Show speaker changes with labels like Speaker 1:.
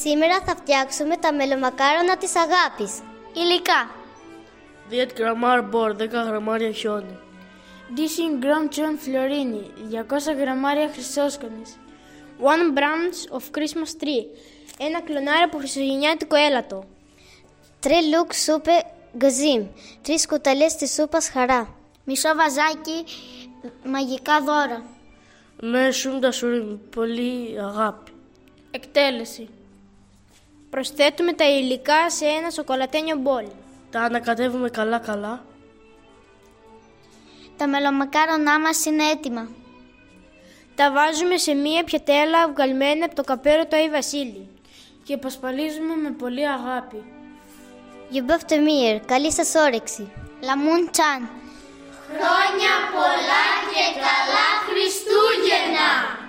Speaker 1: Σήμερα θα φτιάξουμε τα μελομακάρονα της αγάπης. Υλικά.
Speaker 2: 2 γραμμάρ μπορ, 10 γραμμάρια χιόνι.
Speaker 3: 10 gram John Florini, 200 γραμμάρια χρυσόσκονης. One branch of Christmas tree, ένα κλονάρι από χριστουγεννιάτικο έλατο.
Speaker 1: Τρε λουκ σούπε γκζίμ, τρεις κουταλιές της σούπας χαρά. Μισό βαζάκι μαγικά δώρα.
Speaker 2: Με σούντα σουρίμ, πολύ αγάπη.
Speaker 3: Εκτέλεση. Προσθέτουμε τα υλικά σε ένα σοκολατένιο μπολ.
Speaker 2: Τα ανακατεύουμε καλά καλά.
Speaker 1: Τα μελομακάρονά μας είναι έτοιμα.
Speaker 3: Τα βάζουμε σε μία πιατέλα βγαλμένη από το καπέρο του Άι Βασίλη.
Speaker 2: Και πασπαλίζουμε με πολύ αγάπη.
Speaker 1: Γιουμποφτεμίερ, καλή σας όρεξη. Λαμούν Τσάν.
Speaker 4: Χρόνια πολλά και καλά Χριστούγεννα!